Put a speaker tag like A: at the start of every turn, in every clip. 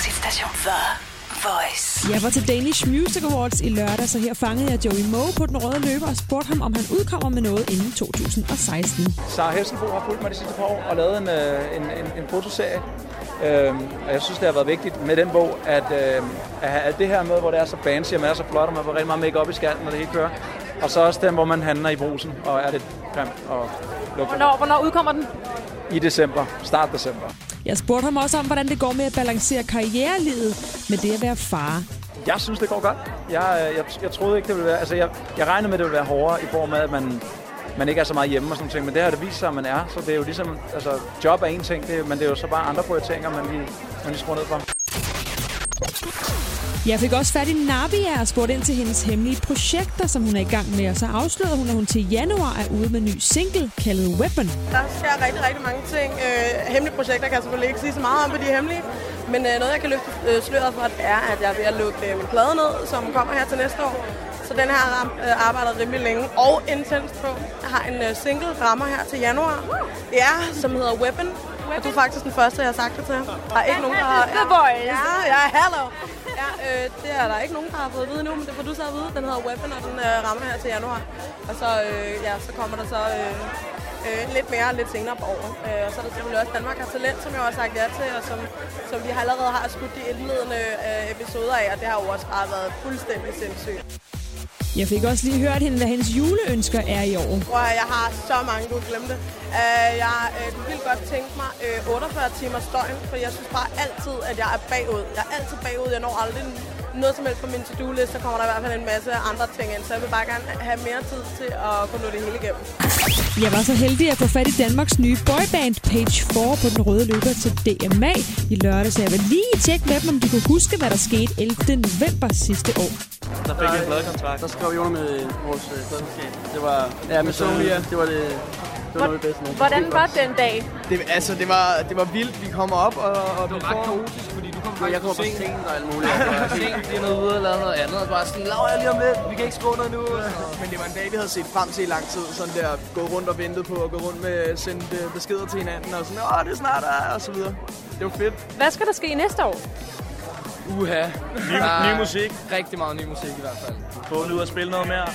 A: Station for Voice.
B: Jeg var til Danish Music Awards i lørdag, så her fangede jeg Joey Moe på den røde løber og spurgte ham, om han udkommer med noget inden 2016.
C: Sara Hesselbo har fulgt mig de sidste par år og lavet en, øh, en, en, en fotoserie. Øhm, og jeg synes, det har været vigtigt med den bog, at, øh, at have alt det her med, hvor det er så fancy, og man er så flot, og man får rigtig meget makeup i skallen, når det hele kører. Og så også den, hvor man handler i brusen, og er det grimt og lugter
D: Hvornår, hvornår udkommer den?
C: i december, start december.
B: Jeg spurgte ham også om, hvordan det går med at balancere karrierelivet med det at være far.
C: Jeg synes, det går godt. Jeg, øh, jeg, jeg troede ikke, det ville være... Altså, jeg, jeg regnede med, det ville være hårdere i form af, at man, man ikke er så meget hjemme og sådan noget. Men det har det vist sig, at man er. Så det er jo ligesom... Altså, job er en ting, det, er- men det er jo så bare andre prioriteringer, man lige, man lige skruer ned for.
B: Jeg fik også fat i Nabia og spurgte ind til hendes hemmelige projekter, som hun er i gang med. Og så afslørede hun, at hun til januar er ude med en ny single kaldet Weapon.
E: Der sker rigtig, rigtig mange ting. Øh, hemmelige projekter kan jeg selvfølgelig ikke sige så meget om, fordi de er hemmelige. Men øh, noget, jeg kan løfte øh, sløret for, er, at jeg er ved at lukke øh, min plade ned, som kommer her til næste år. Så den her ram, øh, arbejdet rimelig længe og intenst på. Jeg har en øh, single rammer her til januar, ja, som hedder Weapon. Og du er faktisk den første, jeg har sagt det til. Der er ikke nogen, der har...
D: The Voice.
E: Ja, ja, hello. Ja, øh, det er der ikke nogen, der har fået at vide nu, men det får du så at vide. Den hedder Weapon, og den øh, rammer her til januar. Og så, øh, ja, så kommer der så øh, øh, lidt mere lidt senere på året. Øh, og så er der selvfølgelig også Danmark har talent, som jeg også har sagt ja til, og som, som vi allerede har skudt de indledende øh, episoder af, og det har jo også bare været fuldstændig sindssygt.
B: Jeg fik også lige hørt hende, hvad hendes juleønsker er i år.
E: Prøv at høre, jeg har så mange, du glemte. Uh, jeg uh, ville godt tænke mig uh, 48 timer støjen, for jeg synes bare altid, at jeg er bagud. Jeg er altid bagud. Jeg når aldrig noget som helst på min to-do-liste, så kommer der i hvert fald en masse andre ting ind. Så jeg vil bare gerne have mere tid til at kunne nå det hele igennem.
B: Jeg var så heldig at få fat i Danmarks nye boyband Page 4 på den røde løber til DMA i lørdag, så jeg vil lige tjekke med dem, om de kunne huske, hvad der skete 11. november sidste år.
F: Der fik vi en pladekontrakt. Der skrev vi under med øh, vores pladeskab. Det var... Ja, med Sonia. Det var det... Det var noget bedst nu.
D: Hvordan var den dag?
F: Det, altså, det var, det var vildt. Vi kommer op, og, og det var ret kaotisk, fordi du kom faktisk Jeg kom sent. sent og alt muligt. Jeg var sent, lige noget ude og lavede noget andet. Og bare sådan, lav jeg lige om lidt. Vi kan ikke skrive noget nu. Men det var en dag, vi havde set frem til i lang tid. Sådan der, gå rundt og vente på, og gå rundt med sende øh, beskeder til hinanden. Og sådan, åh, det er snart, øh," og så videre. Det var fedt.
D: Hvad skal der ske i næste år?
F: Uha. Ny,
G: ny musik.
F: Rigtig meget ny musik i hvert fald.
G: Få ud og spille noget mere.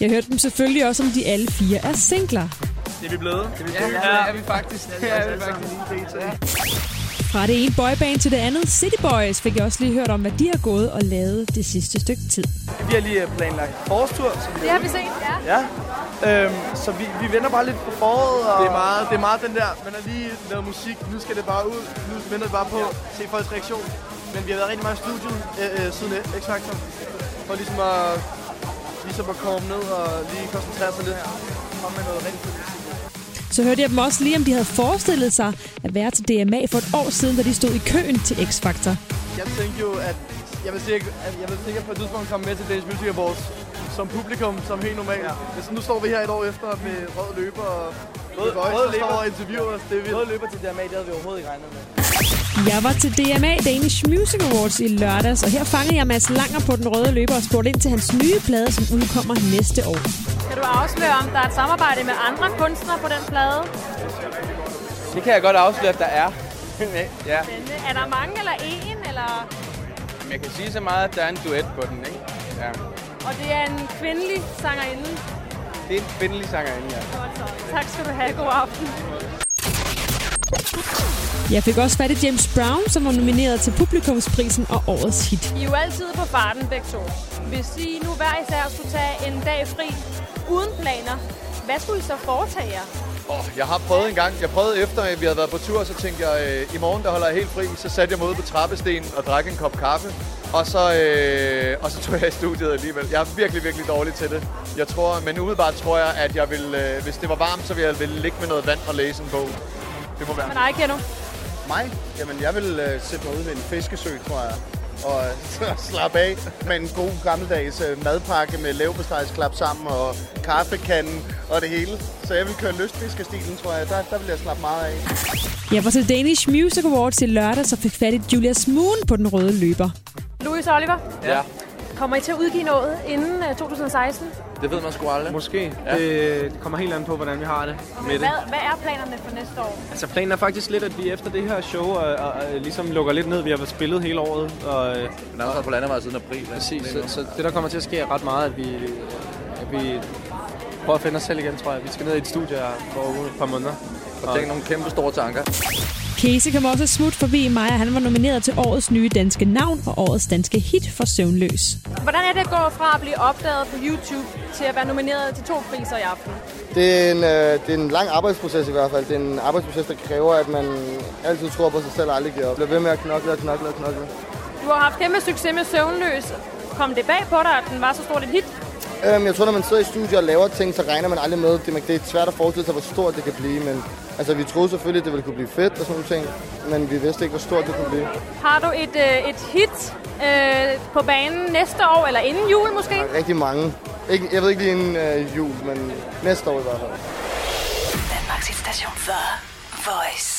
B: Jeg hørte dem selvfølgelig også, om de alle fire er singler.
G: Det er vi blevet. Det er vi
F: Ja, det er vi faktisk. Det er vi faktisk.
B: Fra det ene boyband til det andet, City Boys, fik jeg også lige hørt om, hvad de har gået og lavet det sidste stykke tid.
F: Vi har lige øh, planlagt forårstur, så vi
D: Det har vi set, ja.
F: Ja. Øhm, så vi, vi venter bare lidt på foråret. Og... Det, er meget, det er meget den der, man har lige lavet musik, nu skal det bare ud. Nu venter vi bare på at se folks reaktion. Men vi har været rigtig meget i studiet øh, øh, siden x Factor. For ligesom at, ligesom at komme ned og lige koncentrere sig lidt. Komme med noget rigtig fedt musik.
B: Så hørte jeg dem også lige, om de havde forestillet sig at være til DMA for et år siden, da de stod i køen til X-Factor.
F: Jeg tænkte jo, at jeg vil sikkert, at jeg vil sikkert på et tidspunkt komme med til Danish Music Awards som publikum, som helt normalt. Ja. Men så nu står vi her et år efter med rød løber og rød, rød, rød løber. og interviewer os. Det er vildt. Rød løber til DMA, det havde vi overhovedet ikke regnet med.
B: Jeg var til DMA Danish Music Awards i lørdags, og her fangede jeg Mads Langer på den røde løber og spurgte ind til hans nye plade, som udkommer næste år.
D: Kan du afsløre, om der er et samarbejde med andre kunstnere på den plade?
F: Det kan jeg godt afsløre, at der er. ja.
D: Spændende. Er der mange eller en? Eller...
F: Men jeg kan sige så meget, at der er en duet på den, ikke? Ja.
D: Og det er en kvindelig sangerinde.
F: Det er en kvindelig sangerinde, ja.
D: Godt så. Tak skal du have. God aften.
B: Jeg fik også fat i James Brown, som var nomineret til publikumsprisen og årets hit.
D: I er jo altid på farten begge to. Hvis I nu hver især skulle tage en dag fri uden planer, hvad skulle I så foretage jer?
H: Oh, jeg har prøvet en gang. Jeg prøvede efter, at vi havde været på tur, så tænkte jeg, øh, i morgen der holder jeg helt fri. Så satte jeg mig ude på trappestenen og drak en kop kaffe. Og så, øh, og så tog jeg i studiet alligevel. Jeg er virkelig, virkelig dårlig til det. Jeg tror, men umiddelbart tror jeg, at jeg vil, øh, hvis det var varmt, så ville jeg ville ligge med noget vand og læse en bog. Det må være.
D: Men nej, kender
H: Mig? Jamen, jeg vil øh, sætte mig ud ved en fiskesø, tror jeg. Og øh, slappe af med en god gammeldags øh, madpakke med leverpostejsklap sammen og kaffekanden og det hele. Så jeg vil køre lystfiskestilen, tror jeg. Der, der vil jeg slappe meget af.
B: Jeg var til Danish Music Awards i lørdags og fik fat i Julia Smoon på den røde løber.
D: Louise Oliver,
F: ja.
D: kommer I til at udgive noget inden øh, 2016?
H: Det ved man sgu aldrig.
F: Måske.
H: Ja.
F: Ja. Det, det kommer helt an på, hvordan vi har det med det.
D: Hvad, hvad er planerne for næste år?
F: Altså planen er faktisk lidt, at vi efter det her show og, og, og, ligesom lukker lidt ned. Vi har været spillet hele året, og øh,
H: Men han har været på landevej siden april.
F: præcis. Så, så det, der kommer til at ske, er ret meget, at vi, at vi prøver at finde os selv igen, tror jeg. Vi skal ned i et studie her for et par måneder.
H: Og tænk nogle kæmpe store tanker.
B: Casey kom også smut forbi mig, og han var nomineret til årets nye danske navn og årets danske hit for Søvnløs.
D: Hvordan er det at gå fra at blive opdaget på YouTube til at være nomineret til to priser i aften?
I: Det er, en, øh, det er en lang arbejdsproces i hvert fald. Det er en arbejdsproces, der kræver, at man altid tror på sig selv og aldrig giver op. Bliver ved med at knokle og knokle og knokle.
D: Du har haft kæmpe succes med Søvnløs. Kom det bag på dig, at den var så stort et hit?
I: Øhm, jeg tror, når man sidder i studiet og laver ting, så regner man aldrig med. Det, man- det er svært at forestille sig, hvor stort det kan blive. Men altså, vi troede selvfølgelig, at det ville kunne blive fedt og sådan nogle ting. Men vi vidste ikke, hvor stort det kunne blive.
D: Har du et, øh, et hit øh, på banen næste år, eller inden jul måske?
I: Der er rigtig mange. Ikke, jeg ved ikke lige inden øh, jul, men næste år i hvert fald.
A: Danmarks hitstation The Voice.